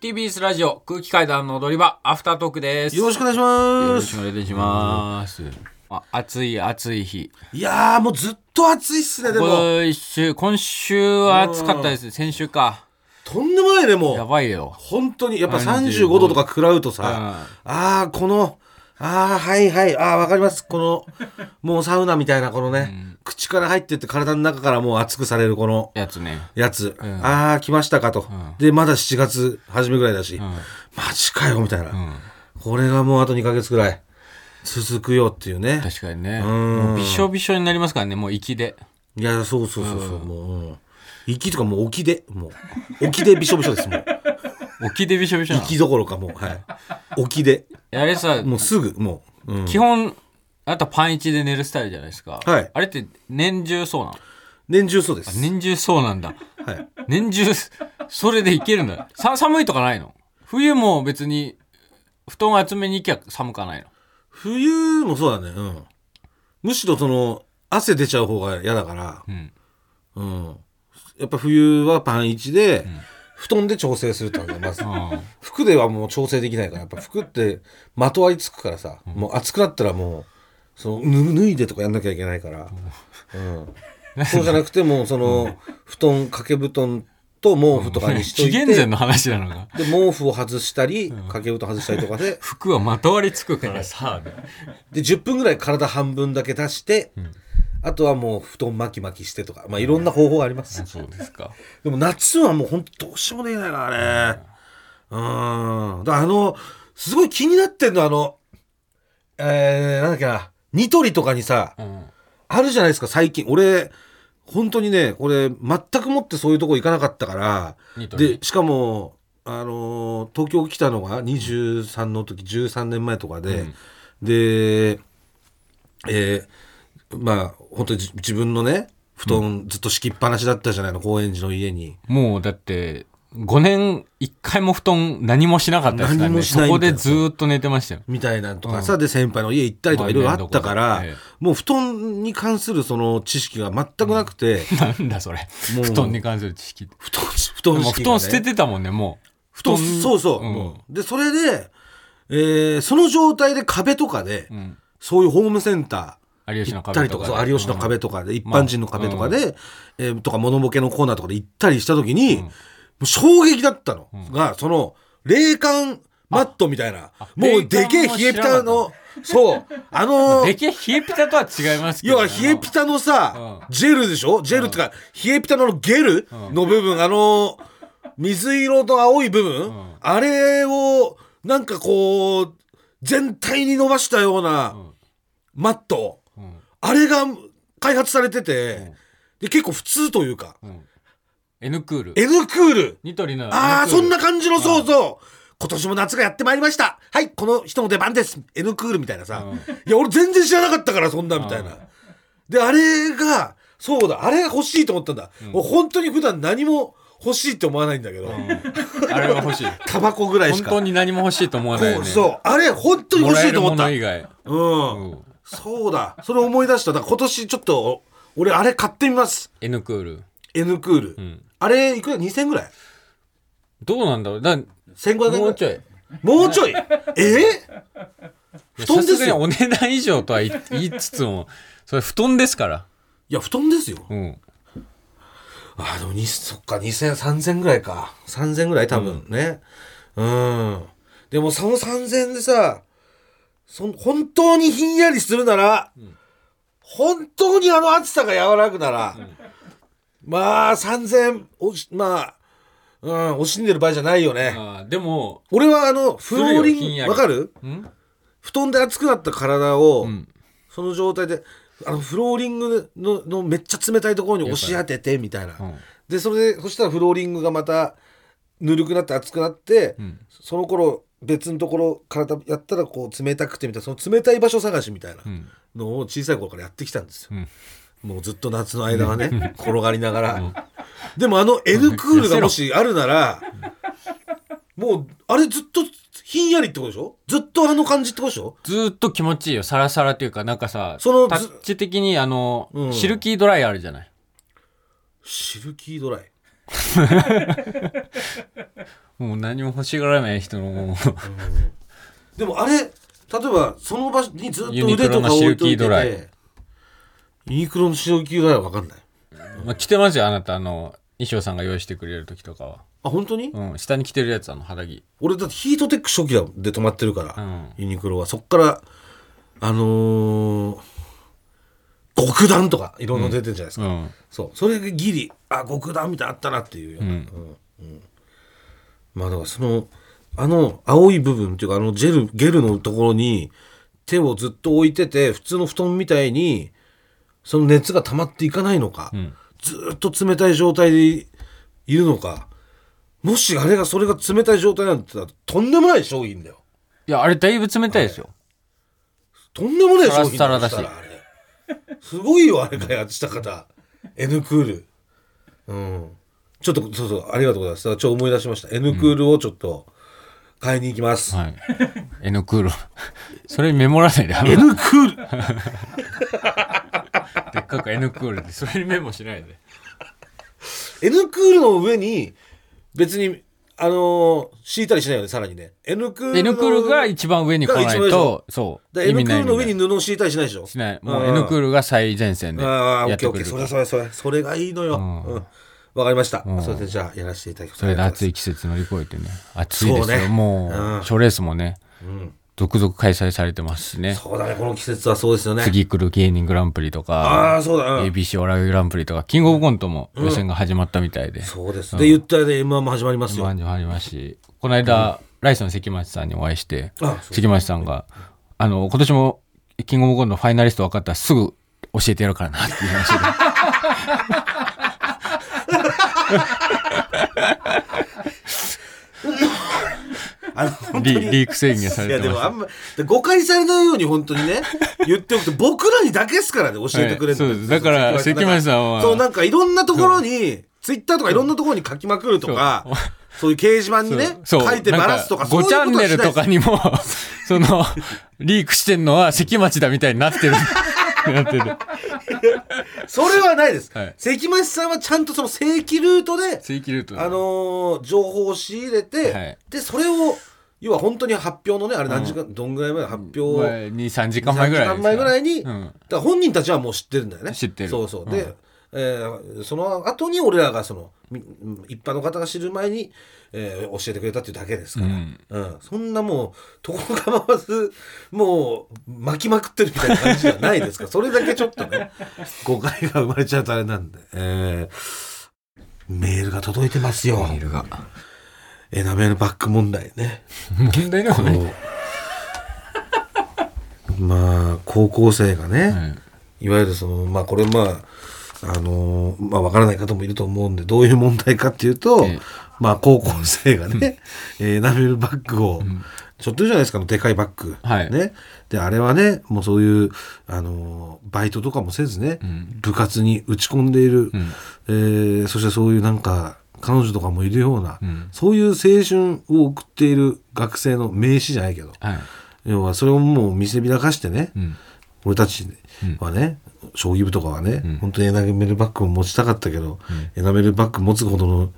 TBS ラジオ空気階段の踊り場アフタートークですよろしくお願いしまよろすしくお願いしますあ暑い暑い日いやーもうずっと暑いっすねでも今週今週は暑かったですね先週かとんでもないねやもうばいよ本当にやっぱ35 35度とか食らうとさあーこのあーはいはいあーわかりますこのもうサウナみたいなこのね、口から入ってって体の中からもう熱くされるこのやつねやつ、んあー来ましたかと、んでまだ7月初めぐらいだし、うんマジかよみたいな、うんこれがもうあと2ヶ月ぐらい続くよっていうね確かにねんもうびしょびしょになりますからねもう息でいや、そうそうそうそう、もう、うん、息とかもう沖で、もう、沖でびしょびしょです、 もう。沖でびしょびしょなの息どころか、もう、はい。沖で、あれさもうすぐ、もう。うん、基本あとパンイチで寝るスタイルじゃないですか、はいあれって年中そうなの年中そうです。年中そうなんだはい。年中それでいけるんださ寒いとかないの冬も別に布団厚めに行きゃ寒かないの冬もそうだね、うん。むしろその、汗出ちゃう方が嫌だから、んうん。やっぱ冬はパン一で、布団で調整するってのがまずあ服ではもう調整できないからやっぱ服ってまとわりつくからさ、もう暑くなったらもうそのぬ脱いでとかやんなきゃいけないから、 うん、そうじゃなくてもうその布団掛け布団と毛布とかにしと紀いて元前の話なのがで毛布を外したり掛け布団外したりとかで服はまとわりつくからさで10分ぐらい体半分だけ出して、あとはもう布団巻き巻きしてとか、まあ、いろんな方法があります、そうですかでも夏はもう本当どうしようもできないからね。うん。だからあの、すごい気になってんの、あの、えー、なんだっけな、ニトリとかにさ、うんあるじゃないですか、最近。俺、本当にね、これ、全くもってそういうとこ行かなかったから、ニトリで、しかも、あのー東京来たのが23の時、13年前とかで、で、えーまあ、本当にじ自分のね、布団ずっと敷きっぱなしだったじゃないの、高円寺の家に。もうだって5年1回も布団何もしなかったですから何ねもしそないんだよこでずーっと寝てましたよみたいなのとかさ、で先輩の家行ったりとかいろいろあったから、ええもう布団に関するその知識が全くなくて、なんだそれもう布団に関する知識布団、布で団も敷布きがね団捨ててたもんねもう布団そうそう、うんもうで、それで、えーその状態で壁とかで、んそういうホームセンター、有吉行のった壁りととかかそう有吉の壁とかで、一般人の壁とかで、えーとか、モノボケのコーナーとかで行ったりした時に、もう衝撃だったのが、その、冷感マットみたいな、もうでけえ冷えピタの、そう、あのーでけえ冷えピタとは違いますけど要ね、は冷えピタのさ、うジェルでしょジェルってか、冷えピタのゲルの部分、あの、水色と青い部分、んあれを、なんかこう、全体に伸ばしたようなマッうト、んあれが開発されてて、で結構普通というか、うん N クール N クール、ニトリの N クールああ、そんな感じの、そうそう。今年も夏がやってまいりました。はい、この人の出番です。N クールみたいなさ。うんいや、俺全然知らなかったから、そんなみたいな。で、あれが、そうだ、あれが欲しいと思ったんだ。俺本当に普段何も欲しいって思わないんだけど、あれは欲し いタバコぐらいし本か。当に何も欲しいと思わないよこうねそう、あれ本当にも欲しらえいると思もった。の以外うん。うんそうだ、それ思い出した。だから今年ちょっと、俺あれ買ってみます。 N クール N クール。んあれ、いくら ?2000 ぐらいどうなんだろうだ ?1500 も円ぐらういちょいもうちょいえ布布団ですさよすがにお値段以上とは言い言いつつもそれ布団ですからいや、布団ですよ。うんあ、でもに、そっか、2000、3000ぐらいか。3000ぐらい多分ね。うん。でも、その3000でさ、その本当にひんやりするなら、本当にあの暑さが和らぐなら、まあ、3000、おし、まあ、うん、惜しんでる場合じゃないよね。あーでも俺はあの、フローするよひんリやン、りわかるん布団で熱くなった体を、んその状態で、あの、フローリングののめっちゃ冷たいところに押し当てて、みたいな。うんで、それで、そしたらフローリングがまた、ぬるくなって熱くなって、その頃、別のところ、体やったらこう、冷たくてみたいな、その冷たい場所探しみたいなうんのを小さい頃からやってきたんですよ。うんもうずっと夏の間はね、転がりながら。でもあの N クールがもしあるなら、もう、あれずっとひんやりってことでしょずっとあの感じってことでしょずーっと気持ちいいよサラサラっていうかなんかさそのタずッチ的にあの、うんシルキードライあるじゃないシルキードライ。もう何も欲しがらない人のもうでもあれ例えばその場所にずっとユニク腕ロとのか置いとシルキいーてドライてユニクロの塩キードライは分かんないまあ、着てますよあなたあの衣装さんが用意してくれる時とかは、あ本当に、うん、下に着てるやつあの肌着俺だってヒートテック初期だで止まってるから、うんユニクロはそっからあのー極暖とかいろんなの出てるじゃないですか、うんそうそれがギリあ極暖みたいなのあったなっていうような、うんうんうんまあだからそのあの青い部分っていうかあのジェルゲルのところに手をずっと置いてて普通の布団みたいにその熱が溜まっていかないのか、んずーっと冷たい状態でいるのかもしあれがそれが冷たい状態なんて言ったらとんでもない商品だよいやあれだいぶ冷たいですよ、とんでもない商品サラサラだしそしたらあれすごいよあれ開発した方 N クールうんちょっとそうそうありがとうございますちょっと思い出しました N クールをちょっと買いに行きます、はい N クールそれメモらないで N クールでっかく N クールでそれにメモしないで N クールの上に別にあのー敷いたりしないよねさらにね N クールの N クールが一番上に来ないとそうだから N クールの上意味にない布を敷いたりしないでしょしないもうあー N クールが最前線でああ、オやっッケーてオッくケー。るそれそれそれ。それがいいのよ。んうん。わかりました。んそれでじゃあ、やらせていただきます。それでい暑い季節乗り越えてね暑いですそうよねもうんう賞レースもねん続々開催されてますしねそうだね、この季節はそうですよね。次来る芸人グランプリとあかあ、そうだ。うん ABC お笑いグランプリとかキングオブコントも予選が始まったみたいでそうです。で、言ったらね、M1 も始まりますよ。感じもありますしこの間ライスの関町さんにお会いしてあそう関町さんが「あの今年もキングオブコントのファイナリスト分かったらすぐ教えてやるからな」って言いましたあの、本 当リに。リーク宣言さいれや、てでもあまんま、誤解されないように本当 にね、言っておくと、僕らにだけですからね、教えてくれるのはいそうですだから関町さんはそう、なんかいろんなところに、ツイッターとかいろんなところに書きまくるとか、そういう掲示板にね、す書そういてばらすとか、そういう5こチャとはしンないネですルとかにもそのリークしてんのは関町だみたいになってるなってるそれはないです、はい関町さんはちゃんとその正規ルートで、正規ルートあのー情報を仕入れて、はいでそれを要は本当に発表のねあれ何時間、どんぐらい前の発表を、 23時間前ぐらいですか3前ぐらいに、うだんから本人たちはもう知ってるんだよね知ってるそうそう、うんで、えーその後に俺らがそのみ一般の方が知る前に、えー教えてくれたっていうだけですから、ううんんそんなもうとこ構わずもう巻きまくってるみたいな感じじゃないですから それだけちょっとね誤解が生まれちゃうとあれなんで、えーメールが届いてますよメールがエナメルバック問題ね問題でもない、 まあ高校生がね、はいいわゆるそのまあこれまああのーまあわからない方もいると思うんでどういう問題かっていうと、ええまあ高校生がね、えーエナメルバッグを、ちょっとじゃないですかあのでかいバッグ、はいねであれはねもうそういうあのーバイトとかもせずね、部活に打ち込んでいる、えーそしてそういうなんか彼女とかもいるような、んそういう青春を送っている学生の名詞じゃないけどはい要はそれをもう見せびらかしてね、うん俺たちはね、将棋部とかはね、本当にエナメルバッグを持ちたかったけど、エナメルバッグ持つほどの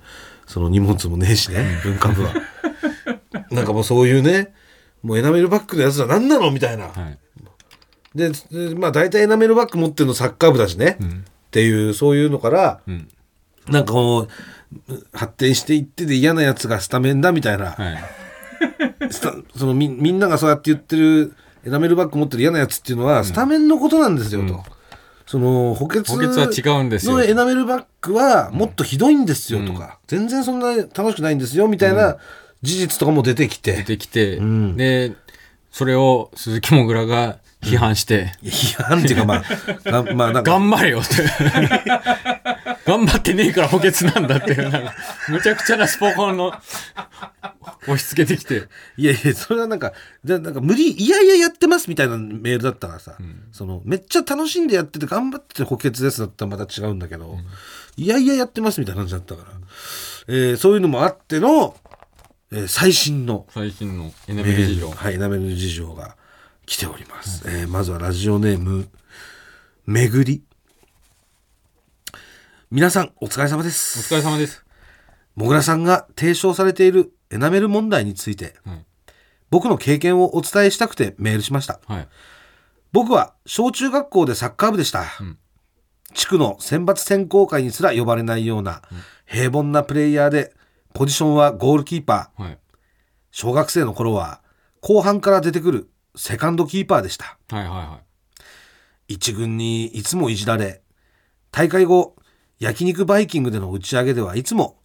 その荷物もねえしね、文化部は。 なんかもうそういうね、もうエナメルバッグのやつは何なのみたいな。はいで、でまあ大体エナメルバッグ持ってるのサッカー部だしね、っていう、そういうのから、うんなんかこう、発展していってで嫌なやつがスタメンだみたいな。はいスタそのみみんながそうやって言ってるエナメルバッグ持ってる嫌なやつっていうのはスタメンのことなんですよと、その補欠補欠は違うんですよのエナメルバッグはもっとひどいんですよとか、全然そんな楽しくないんですよみたいな事実とかも出てきて、出てきて、でそれを鈴木もぐらが批判していや批判っていうか まあがまあ「なんか頑張れよ」って 頑張ってねえから補欠なんだっていうなんかむちゃくちゃなスポコンの押し付けてきていやいやそれはなんかでなんか無理いやいややってますみたいなメールだったらさ、そのめっちゃ楽しんでやってて頑張ってて補欠ですだったらまた違うんだけど、いやいややってますみたいな感じだったから、えーそういうのもあっての、えー最新の最近のエネメルギーー事ル情はいなめる事情が来ております、えーまずはラジオネームめぐり皆さんお疲れ様でおす疲れ様ですもぐらさんが提唱されているエナメル問題について、はい僕の経験をお伝えしたくてメールしました。はい。僕は小中学校でサッカー部でした、うん地区の選抜選考会にすら呼ばれないような平凡なプレイヤーでポジションはゴールキーパーはい。小学生の頃は後半から出てくるセカンドキーパーでしたはい。は一軍にいつもいじられ大会後焼肉バイキングでの打ち上げではいつも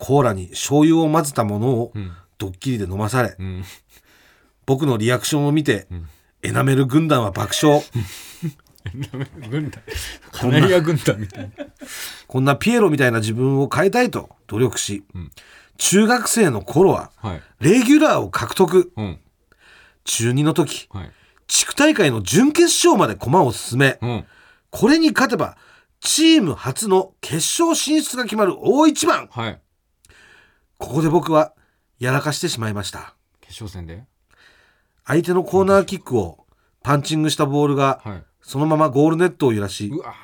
コーラに醤油を混ぜたものをんドッキリで飲まされいはい。うん。 僕のリアクションを見て、エナメル軍団は爆笑軍団。カナリア軍団みたいな。こんなピエロみたいな自分を変えたいと努力し、中学生の頃ははい。レギュラーを獲得。うん。中2の時、はい。地区大会の準決勝まで駒を進めう、ん。これに勝てば、チーム初の決勝進出が決まる大一番。はい。ここで僕はやらかしてしまいました。決勝戦で。相手のコーナーキックをパンチングしたボールがはい。そのままゴールネットを揺らし、うわ。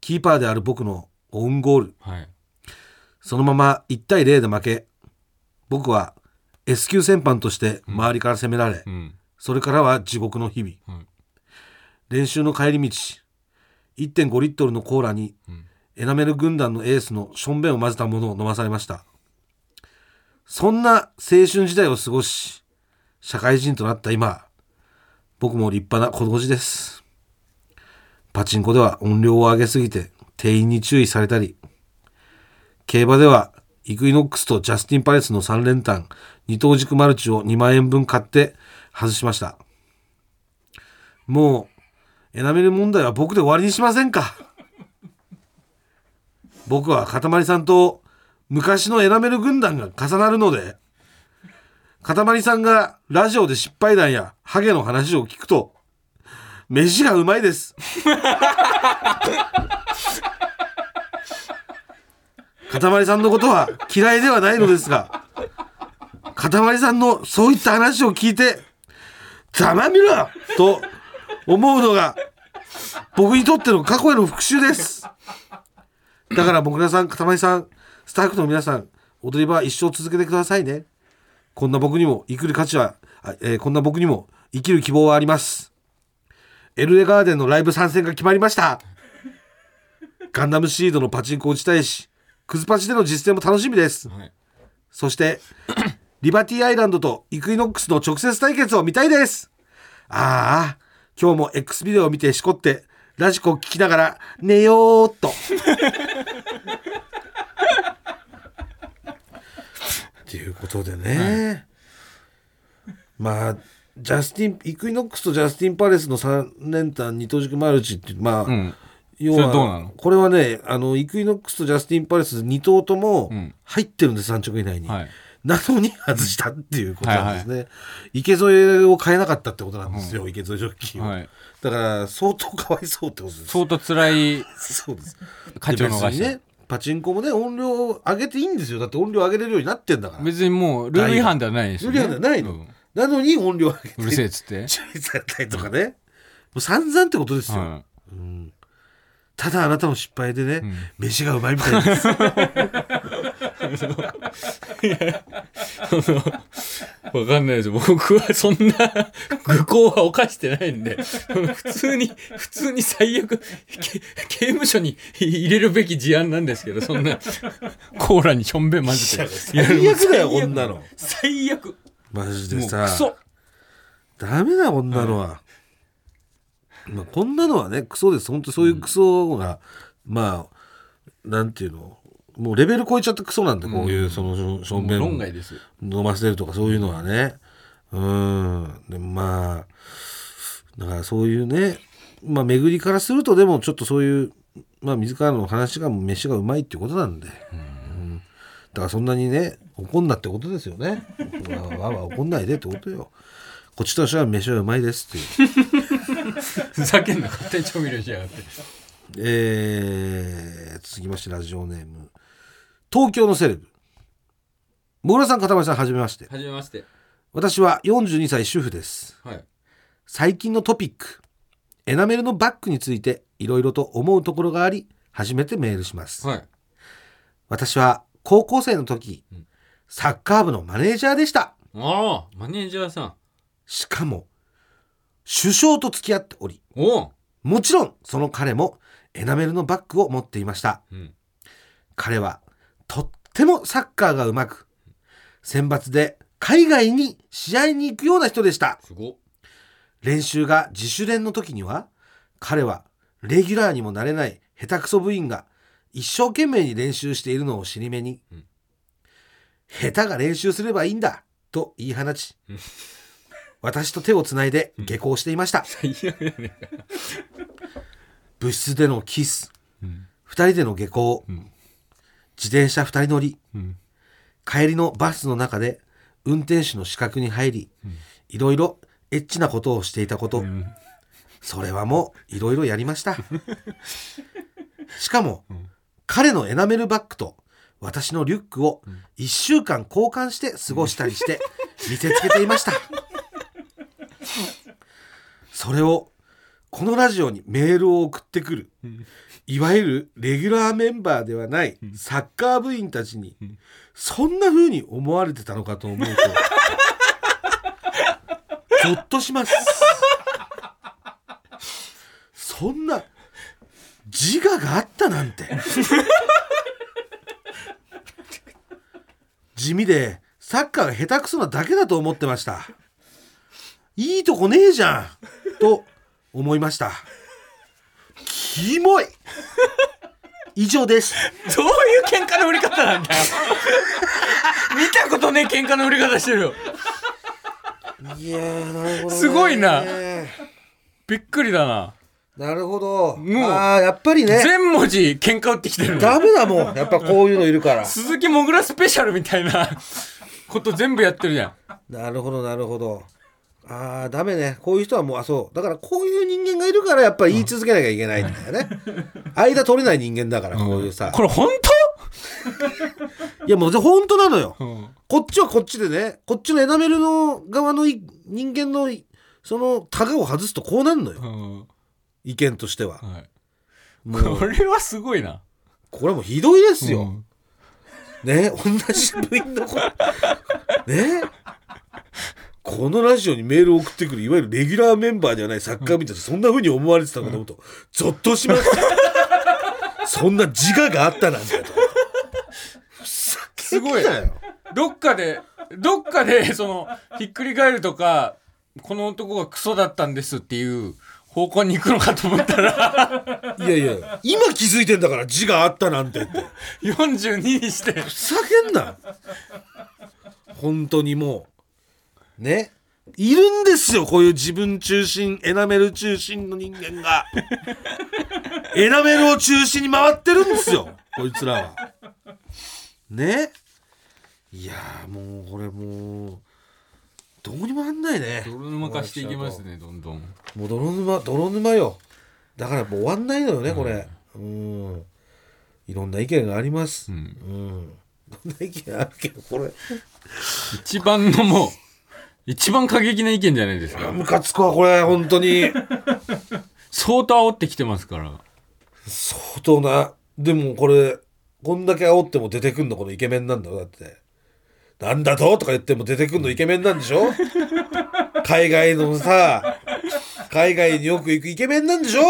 キーパーである僕のオウンゴール。はい。そのまま1対0で負け、僕は S 級戦犯として周りから責められ、うん。それからは地獄の日々。はい。練習の帰り道、1.5リットルのコーラにうん。エナメル軍団のエースのしょんべんを混ぜたものを飲まされました。そんな青春時代を過ごし、社会人となった今、僕も立派な子同士です。パチンコでは音量を上げすぎて店員に注意されたり、競馬ではイクイノックスとジャスティンパレスの3連単、二等軸マルチを2万円分買って外しました。もう、エナメル問題は僕で終わりにしませんか。 僕はかたまりさんと昔のエナメル軍団が重なるのでかたまりさんがラジオで失敗談やハゲの話を聞くと飯がうまいですかたまりさんのことは嫌いではないのですがかたまりさんのそういった話を聞いて「ざまみろ!」と思うのが僕にとっての過去への復讐ですだから、もぐらさん、かたまりさん、スタッフの皆さん、踊り場は一生続けてくださいね。こんな僕にも生きる価値は、あえーこんな僕にも生きる希望はあります。エルレガーデンのライブ参戦が決まりました。ガンダムシードのパチンコを打ちたいし、クズパチでの実践も楽しみです。はい。そして、 リバティアイランドとイクイノックスの直接対決を見たいです。ああ、今日も X ビデオを見てしこって、ラジコを聞きながら寝 ようっと。っていうことでね。まあ、ジャスティン、イクイノックスとジャスティンパレスの3連単二等軸マルチって、まあ、うん。要それどうなはのこれはねあのイクイノックスとジャスティン・パレス2頭ともうん入ってるんです、3着以内に、はい。なのに外したっていうことなんですね、池添えを変えなかったってことなんですよ、池添ジョッキーは、はい。だから相当かわいそうってことです相当辛いそうです価値を逃で別しにた。ねパチンコもね音量を上げていいんですよだって音量上げれるようになってんだから別にもうルール違反ではないですよねルール違反ではないのうんなのに音量上うげるせてえっつって注意されたりとかね、もう散々ってことですよ、はうんただあなたの失敗でね、いうん飯がうまいみたいです。わかんないです。僕はそんな愚行は犯してないんで、普通に、普通に最悪、け刑務所に入れるべき事案なんですけど、そんな、コーラにしょんべん混ぜて。最悪だよ、こんなの。最悪もマジうでクさ、ソダメだ、こんなのは。まあ、こんなのはね、クソです。本当そういうクソが、まあ、なんていうの、もうレベル超えちゃってクソなんで、こういう、その、しょしょんべん論を外です。飲ませるとか、そういうのはね。うん。でもまあ、だからそういうね、まあ、巡りからすると、でもちょっとそういう、まあ、自らの話が、飯がうまいっていうことなんで。だからそんなにね怒んなってことですよね。 わわわわ怒んないでってことよ。こっちとしては飯はうまいですっていう。ふざけんな、勝手に調味料しやがって。えー、続きましてラジオネーム東京のセレブ。もぐらさん、かたまりさん、はじめまして。はじめまして。私は42歳主婦です。はい。最近のトピック、エナメルのバッグについていろいろと思うところがあり、初めてメールします。はい。私は高校生の時、サッカー部のマネージャーでした。ああ、マネージャーさん。しかも、首相と付き合っており、おう。もちろんその彼もエナメルのバッグを持っていました。うん。彼はとってもサッカーがうまく、選抜で海外に試合に行くような人でした。すごっ。練習が自主練の時には彼はレギュラーにもなれない下手くそ部員が一生懸命に練習しているのを尻目に、うん下手が練習すればいいんだと言い放ち、うん私と手をつないで下校していました、最悪やね。部室でのキスうん。 2人での下校、うん自転車2人乗りうん。帰りのバスの中で運転手の資格に入り、いろいろエッチなことをしていたこと、んそれはもういろいろやり ましたしかも、ん彼のエナメルバッグと私のリュックを1週間交換して過ごしたりして見せつけてい ましたそれをこのラジオにメールを送ってくるんいわゆるレギュラーメンバーではないサッカー部員たちにそんな風に思われてたのかと思 うとゾッとしますそんな自我があったなんて 地味でサッカーが下手くそなだけだと思ってましたいいとこねえじゃんと思いましたキモい以上ですどういう喧嘩の売り方なんだよ 見たことねえ喧嘩の売り方してるよいやーなるほどねすごいなびっくりだな、なるほどもうああやっぱりね全文字喧嘩売ってきてるのダメだもんやっぱこういうのいるから鈴木もぐらスペシャルみたいなこと全部やってるじゃんなるほどなるほどああダメねこういう人はもうあそうだからこういう人間がいるからやっぱ言い続けなきゃいけないんだよね、間取れない人間だからこういうさ、これ本いやもう本当なのよ当、うん、こっちはこっちでねこっちのエナメルの側のい人間のいそのタガを外すとこうなるのようん意見としてははいもうこれはすごいなこれはもうひどいですよ、うんね同じ部員の子ねこのラジオにメールを送ってくるいわゆるレギュラーメンバーではないサッカー部員たちそんな風に思われてたのかと思うとゾッとしますそんな自我があったなんてとすごいだよどっかでどっかでそのひっくり返るとかこの男がクソだったんですっていう方向に行くのかと思ったらいやいや今気づいてんだから自我あったなんてって42にしてふざけんな本当にもうねいるんですよこういう自分中心エナメル中心の人間がエナメルを中心に回ってるんですよこいつらはねいやーもうこれもうどうにもなんないね泥沼化していきますねどんどんもう泥沼泥沼よだからもう終わんないのよねこれうんいろんな意見がありますうんうん。こんな意見あるけど、これ。一番のもう一番過激な意見じゃないですかムカつくわ、これ、本当に。相当煽ってきてますから相当な。でも、これ、こんだけ煽っても出てくんの、このイケメンなんだろ、だって。なんだととか言っても出てくんのイケメンなんでしょ 海外のさ、海外によく行くイケメンなんでしょ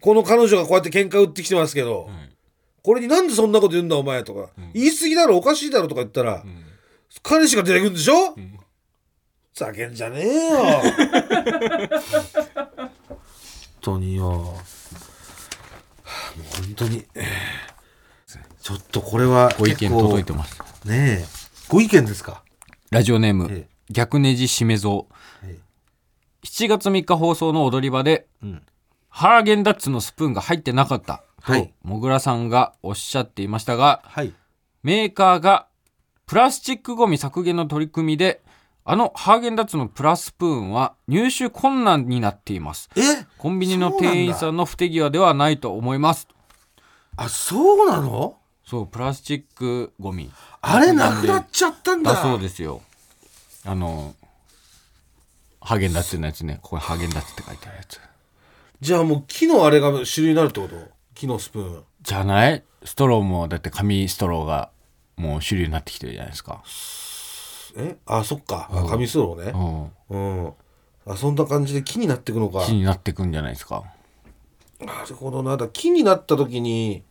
この彼女がこうやって喧嘩売ってきてますけど、はいこれになんでそんなこと言うんだお前とか、言い過ぎだろおかしいだろとか言ったら、ん彼氏が出てくるんでしょ、ふんざけんじゃねえよ本当によはあ もう本当にえーちょっとこれはご意見結構届いてますねえご意見ですかラジオネーム、え逆ネジしめぞう、え7月3日放送の踊り場で、うんハーゲンダッツのスプーンが入ってなかったと、はいもぐらさんがおっしゃっていましたがはいメーカーがプラスチックごみ削減の取り組みであのハーゲンダッツのプラスプーンは入手困難になっていますえコンビニの店員さんの不手際ではないと思いますあそうなのそうプラスチックごみあれなくなっちゃったんだだそうですよあのハーゲンダッツのやつねここにハーゲンダッツって書いてあるやつじゃあもう木のあれが主流になるってこと木のスプーンじゃないストローもだって紙ストローがもう主流になってきてるじゃないですか。えあそっかあ紙スローうねん。うんあそんな感じで木になっていくのか気になってくんじゃないですか。なるほどなだから木になった時に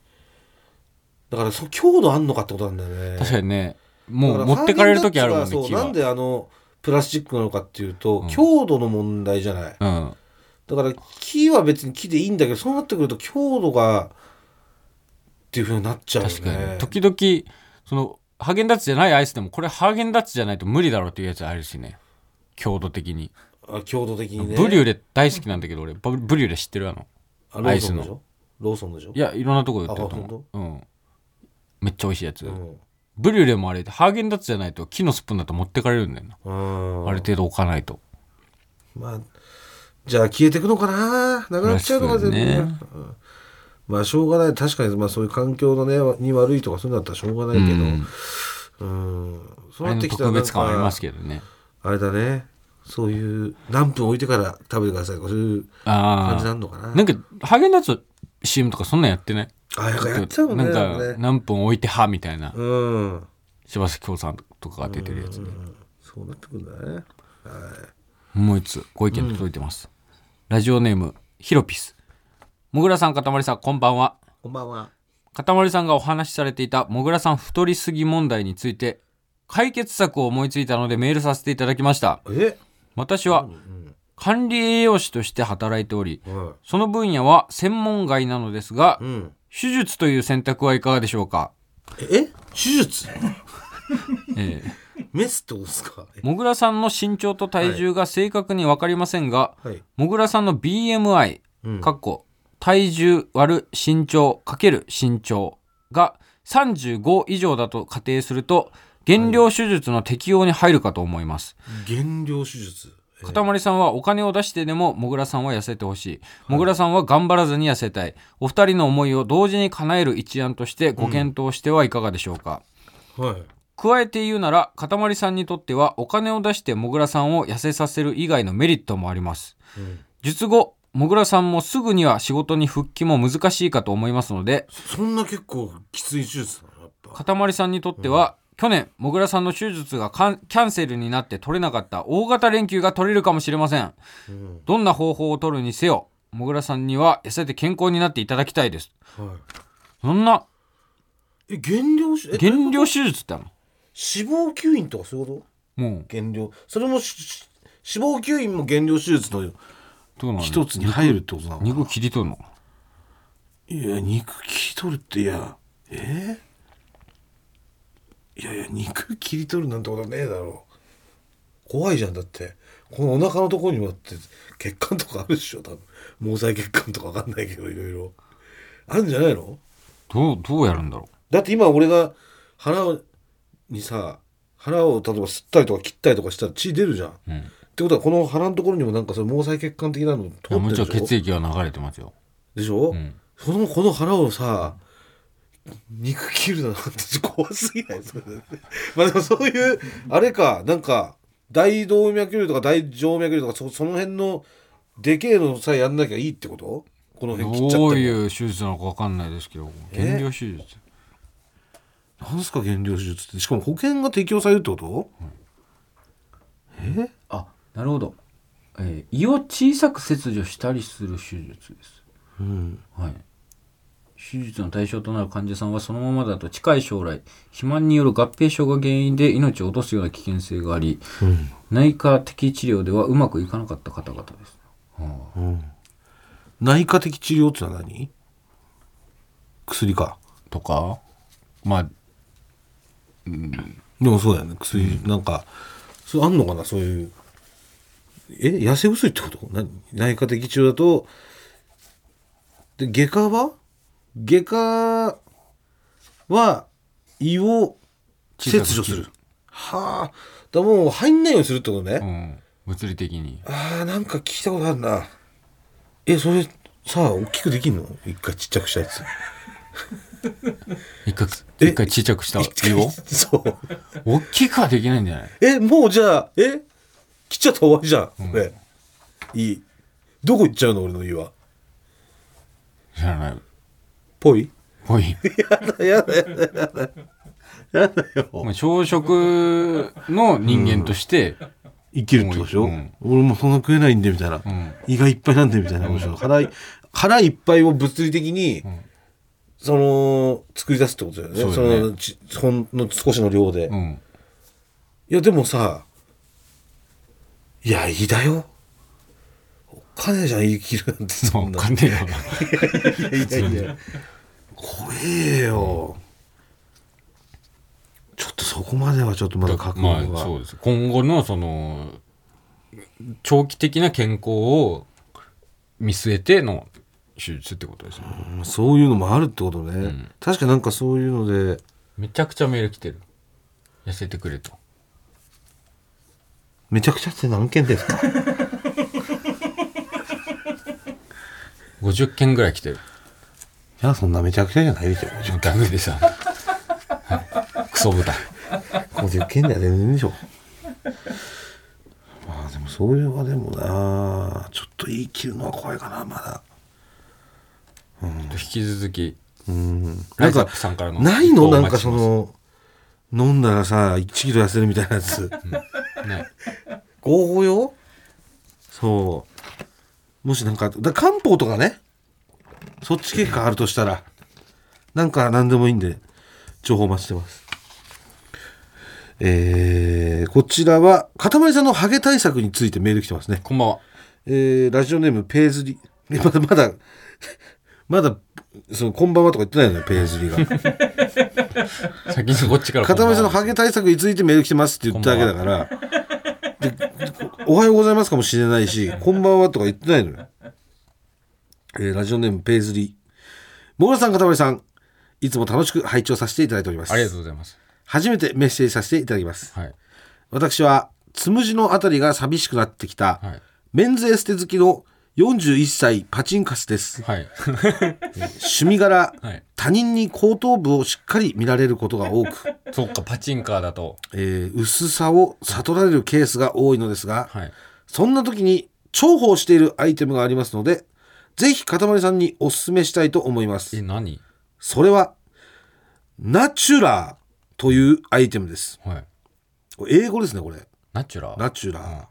だからそ強度あんのかってことなんだよね確かにね、だもかうら持ってかれる時あるもんハね、ーゲンダッツはそう木なはん。であのプラスチックなのかっていうと、強度の問題じゃないうん。だから木は別に木でいいんだけどそうなってくると強度がっていうふうになっちゃうよね確かに。時々、その、ハーゲンダッツじゃないアイスでも、これハーゲンダッツじゃないと無理だろうっていうやつあるしね。強度的に。あ強度的にねブリュレ大好きなんだけど、俺、ブブリュレ知ってるあの。あローソンアでイスしょローソンでしょいや、いろんなとこで売ってるとあ思本う。うん。めっちゃ美味しいやつ。うんブリュレもあれ、ハーゲンダッツじゃないと木のスプーンだと持ってかれるんだよな。うんある程度置かないと。まあじゃあ消えてくのかななくなっちゃうのかそう全で部、すねうんまあしょうがない確かに、まあ、そういう環境の、ね、に悪いとかそういうのだったらしょうがないけどうんそうあれなっのてき特たらなん別感かはありますけどね。あれだねそういう何分置いてから食べてくださいとかそういう感あじあなんのかなー。なんか、ハーゲンダッツ CM とかそんなんやってないあやっぱやっちゃうもんなねんなんかか、ね何分置いてはみたいな。うん柴崎京さんとかが出てるやつね。そうなってくるんだねもう一つご意見届いてます。ラジオネーム、ヒロピス。もぐらさん、かたまりさん、こんばんは。こんばんはかたまりさんがお話しされていたもぐらさん太りすぎ問題について解決策を思いついたのでメールさせていただきましたえ私は管理栄養士として働いておりはその分野は専門外なのですがいうん手術という選択はいかがでしょうか、え手術 ええメスってことですかえもぐらさんの身長と体重が正確に分かりませんが、はいもぐらさんの BMI、うんかっこ体重割る身長かける身長が35以上だと仮定すると減量手術の適用に入るかと思います。減量手術えかたまりさんはお金を出してでももぐらさんは痩せてほしい。もぐらさんは頑張らずに痩せたい。お二人の思いを同時に叶える一案としてご検討してはいかがでしょうか。はい加えて言うなら、かたまりさんにとってはお金を出してもぐらさんを痩せさせる以外のメリットもあります。うん術後、もぐらさんもすぐには仕事に復帰も難しいかと思いますので、そんな結構きつい手術なのやっぱかたまりさんにとっては、去年、もぐらさんの手術がかんキャンセルになって取れなかった大型連休が取れるかもしれません。うんどんな方法を取るにせよ、もぐらさんには痩せて健康になっていただきたいです。はいそんなえ減量手え減量手術ってある脂肪吸引とかそういうことのもう、減量それもしし脂肪吸引も減量手術のどうなの一つに入るってことなのかな肉切り取るのいや肉切り取るっていやえいやいや肉切り取るなんてことはねえだろう怖いじゃんだってこのお腹のところにもだって血管とかあるでしょ多分毛細血管とかわかんないけどいろいろあるんじゃないのどう、どうやるんだろだって今俺が腹にさ腹を例えば吸ったりとか切ったりとかしたら血出るじゃんん、ってことはこの腹のところにもなんかその毛細血管的なのうい通や。ってもるちろんでしょ血液が流れてますよ。でしょ、んそのこの腹をさ肉切るなんて怖すぎないそれ まあでもそういうあれかなんか大動脈瘤とか大静脈瘤とかそその辺のでけえのさえやんなきゃいいってことこの辺切っちゃってどもういう手術なのかわかんないですけど、減量手術。なんすか減量手術ってしかも保険が適用されるってこと、あ、なるほど。え胃を小さく切除したりする手術です。うん、はい、手術の対象となる患者さんはそのままだと近い将来肥満による合併症が原因で命を落とすような危険性があり、内科的治療ではうまくいかなかった方々です、はあ内科的治療ってのは何薬かとかまあでもそうだよね薬、なんかそれあんのかなそういうえ痩せ薬ってこと何内科的治療だとで外科は外科は胃を切除するはあだからもう入んないようにするってことね、うん物理的にあーなんか聞いたことあるなえそれさあ大きくできんの一回ちっちゃくしたやつ 一回え一回小さくした胃 を そう大きくはできないんじゃないえもうじゃあえ切っちゃったら終わりじゃん、俺いいどこ行っちゃうの俺の家は知らないぽいぽい やだやだやだやだやだよ。まあ朝食の人間として、生きるってことでしょ、うん俺もそんな食えないんで、みたいな、ん胃がいっぱいなんで、みたいなことでしょ腹い、腹いっぱいを物理的に、その、作り出すってことだよね。そそうだよねのち、ほんの少しの量で。ういん、や、でもさ、いや、いいだよ。お金じゃん、生きるなんて、そそんうな。かねえよいやいやいや怖えよ、ちょっとそこまではちょっとまだだ覚悟まが、あそうです今後のその長期的な健康を見据えての手術ってことですねうんそういうのもあるってことね、ん確かなんかそういうのでめちゃくちゃメール来てる痩せてくれとめちゃくちゃって何件ですか 50件ぐらい来てるいやそんなめちゃくちゃじゃないでしょもうダメでさ、はい、クソ豚50件では全然でしょまあでもそういうはでもなちょっと言い切るのは怖いかなまだ引き続きうんライなんズアッかプさんからのないの一報をなおん待かちしそますの飲んだらさ1キロ痩せるみたいなやつね合法よそうもしなんかだ漢方とかねそっち結果あるとしたらなんか何でもいいんで情報お待ちしてますえー、こちらはかたまりさんのハゲ対策についてメール来てますねこんばんはえー、ラジオネームペーズリえまだまだまだそのこんばんはとか言ってないのよペーズリが先にこっちから片目さんのこんばんはハゲ対策についてメール来てますって言ったわけだから、でおはようございますかもしれないし、こんばんはとか言ってないのよ。えーラジオネームペーズリー。モグラさん、片目さん、いつも楽しく拝聴させていただいております。ありがとうございます初めてメッセージさせていただきます。はい私は、つむじのあたりが寂しくなってきた、はいメンズエステ好きの41歳パチンカスです。はい趣味柄、はい他人に後頭部をしっかり見られることが多く、そっかパチンカーだとえー薄さを悟られるケースが多いのですが、はいそんな時に重宝しているアイテムがありますので、ぜひ、かたまりさんにお勧めしたいと思いまえす。何それは、ナチュラーというアイテムです。はいこれ英語ですね、これ。ナチュラーナチュラー。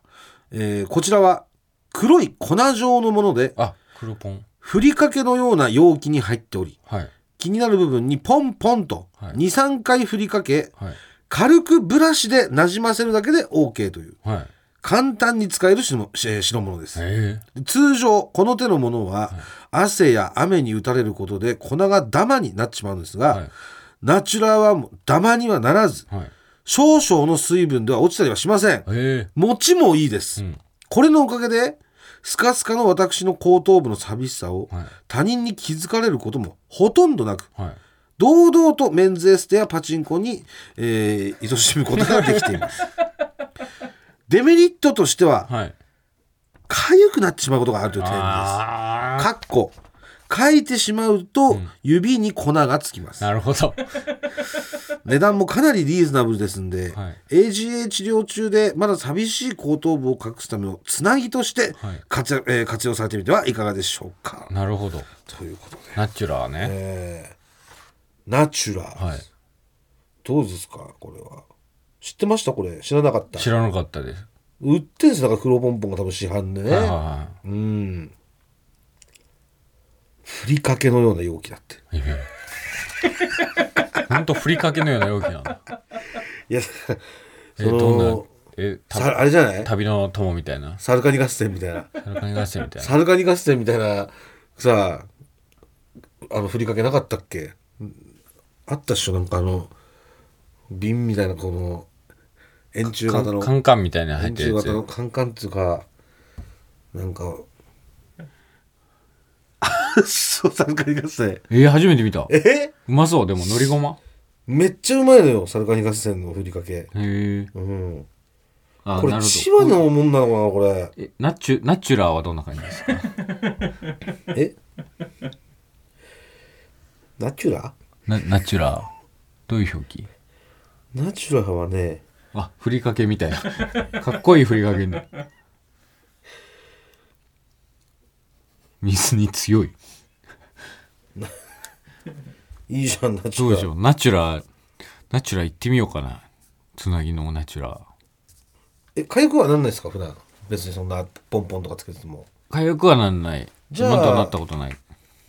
えーこちらは、黒い粉状のもので、あ黒ポンふりかけのような容器に入っており、はい気になる部分にポンポンとは2、い3回ふりかけ、はい軽くブラシでなじませるだけで OK という。はい簡単に使える品えー品物です。え通常、この手のものは、汗や雨に打たれることで粉がダマになってしまうんですが、はいナチュラーはもうダマにはならず、えはい少々の水分では落ちたりはしません。え持ちもいいです。えうんこれのおかげで、スカスカの私の後頭部の寂しさをはい他人に気づかれることもほとんどなく、はい堂々とメンズエステやパチンコに、えー、愛しむことができて います。デメリットとしては、はい痒くなってしまうことがあるという点です。あかっこ、書いてしまうとん指に粉がつきます。なるほど値段もかなりリーズナブルですんで、はい AGA 治療中でまだ寂しい後頭部を隠すためのつなぎとしてはい活,、えー活用されてみてはいかがでしょうか。なるほどということで、ナチュラーねえーナチュラー、はいどうですかこれは。知ってましたこれ知らなかった知らなかったです売ってんすよだから黒ポンポンが多分市販でね、はいはいはうんふりかけのような容器だっていいやほんとふりかけのような容器なんだいやえそのどんなえさたあれじゃない旅の友みたいなサルカニ合戦みたいなサルカニ合戦みたいなサルカニ合戦みたいなさあのふりかけなかったっけうんあったっしょなんかあの瓶みたいなこの円柱カ型ンのカンカンみたいなの入円ってる柱やつ型のカンカンっていうかなんか そうサルカニ合戦えー、初めて見たえうまそうでものりごまめっちゃうまいのよサルカニ合戦のふりかけへえうんあこなれる千ほ葉のもんなのかなこれどえナチュナチュラーはどんな感じですかえナチュラなナチュラーどういう表記ナチュラはねあふりかけみたいな かっこいいふりかけね水に強いいいじゃんナチどュうラでしょうナチュラーナチュラ行ってみようかな。つなぎのナチュラ。えかゆくはなんないですか普段別にそんなポンポンとかつけててもかゆくはなんない。じゃあ自分とはなったことない。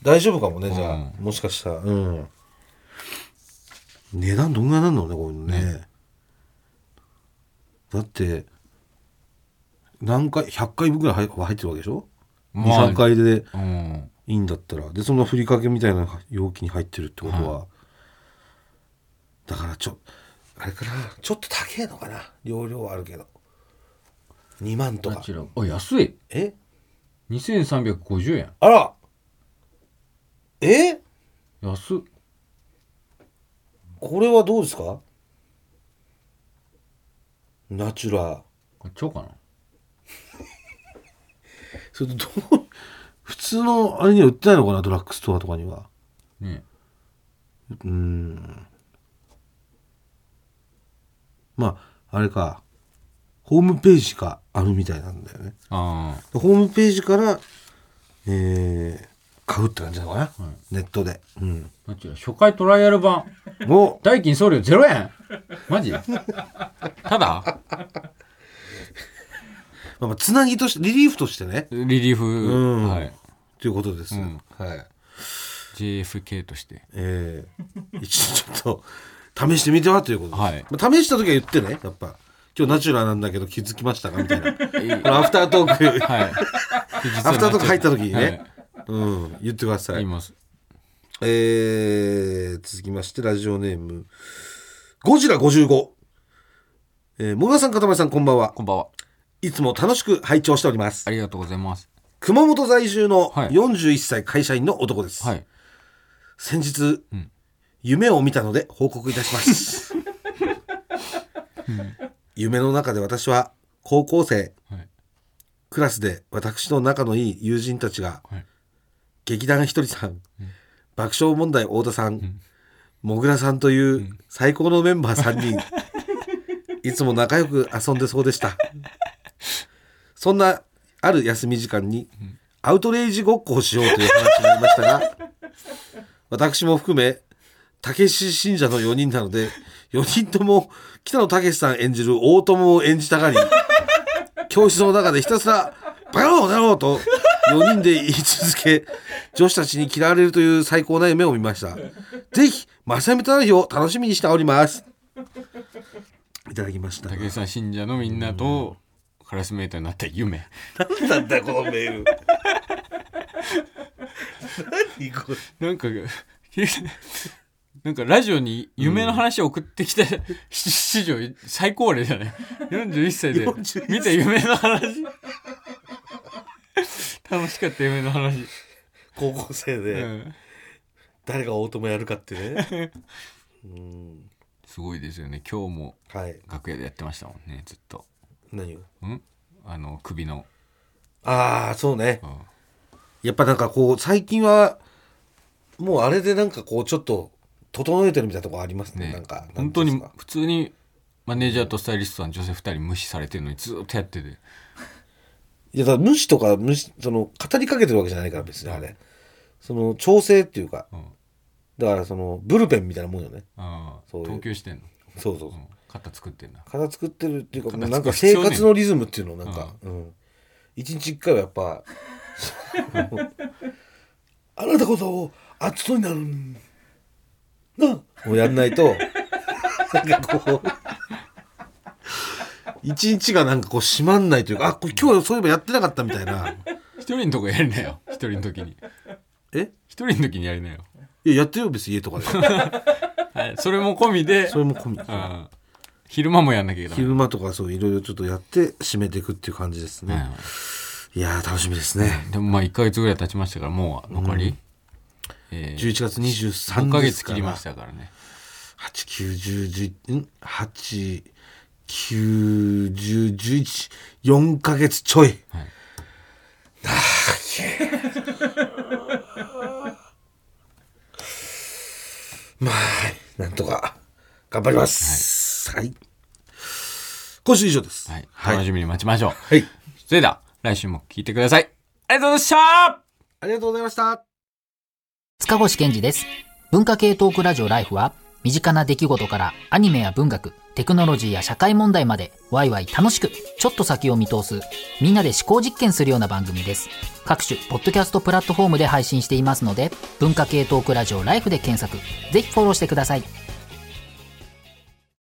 大丈夫かもねじゃあ、うんもしかしたらうん値段どんぐらいなんだろうねこういうのねだって何回100回分ぐらい入入ってるわけでしょ、まあ23回でうん。いいんだったらでそのふりかけみたいな容器に入ってるってことは、だからちょあれかなちょっと高えのかな容量はあるけど2万とナかチュラあ安いえ2350円あらえ安っこれはどうですかナチュラこれ超かなそれどう 普通のあれには売ってないのかなドラッグストアとかにはねうーんまああれかホームページがあるみたいなんだよねああ。ホームページからえー、買うって感じなのかな、ネットでうんナチュラ初回トライアル版お代金送料0円 マジただ、まあまあつなぎとしてリリーフとしてねリリーうんフ、はい。ということです、うんはい JFK として。ええ一度ちょっと試してみてはということです、はいまあ試した時は言ってねやっぱ今日ナチュラなんだけど気づきましたかみたいなこ のアフタート ークはい。アフタートーク入った時にね、はいうん、言ってください。言います。えー、続きまして、ラジオネーム、ゴジラ55。えー、もぐらさん、かたまりさん、こんばんは。こんばんは。いつも楽しく拝聴しておりますあ。りがとうございます。熊本在住のはい41歳会社員の男です。はい。先日、うん夢を見たので報告いたし ます。夢の中で私は、高校生、はい。クラスで私の仲のいい友人たちが、はい劇団ひとりさん、爆笑問題太田さん、もぐらさんという最高のメンバー3人、 いつも仲良く遊んでそうでした。そんなある休み時間に、アウトレイジごっこをしようという話になりましたが、私も含め、たけし信者の4人なので、4人とも北野武さん演じる大友を演じたがり、教室の中でひたすら「バカ野郎だろう!」と4人で言い続け女子たちに嫌われるという最高な夢を見ましたぜひマサミとなる日を楽しみにしておりますいただきました武井さん信者のみんなとクラスメートになった夢。何 なんだこのメール何これなんか、 なんかラジオに夢の話を送ってきたし史上最高齢じゃない ?41 歳で41歳見た夢の話。楽しかった夢の話。高校生うでん誰が大友やるかって ねうんすごいですよね。今日もはい楽屋でやってましたもんね、ずっと。何をうんあの、首の。ああそうねうんやっぱなんかこう最近はもうあれでなんかこうちょっと整えてるみたいなとこありますねねなんか本当なんにていうんですか普通にマネージャーとスタイリストさん女性2人無視されてるのにずっとやってていやだから無視とか無視その語りかけてるわけじゃないから別にあれ、その調整っていうかうんだからそのブルペンみたいなもんよねああそういう東京してんのそうそうそう、うん肩作ってんな型作ってるっていうかもう型なんか作る必生要ね活のリズムっていうのをなんか、うん一日一回はやっぱあなたこそ熱そうになるんなあもうやんないとなんかこう一日がなんかこう閉まんないというかあこれ今日そういえばやってなかったみたいな一人のとこやりなよ一人の時にえ一人の時にやりなよいややってるよ別に家とかではいそれも込みでそれも込みうん昼間もやんなきゃいけない昼間とかそういろいろちょっとやって締めていくっていう感じですね、、はいはいやー楽しみですね、でもまあ1か月ぐらい経ちましたからもう残りえー11月23 3日ヶです月か切らりましたからね8、9、10、ん ?8、9、10、11、4ヶ月ちょい。はいまあ、なんとか、頑張ります。はい。今週以上です。はいはい。楽しみに待ちましょうはいそれでは来週も聞いてくださいありがとうございましたありがとうございました。塚越健治です。文化系トークラジオライフは身近な出来事からアニメや文学、テクノロジーや社会問題までワイワイ楽しく、ちょっと先を見通す、みんなで思考実験するような番組です。各種、ポッドキャストプラットフォームで配信していますので、文化系トークラジオライフで検索、ぜひフォローしてください。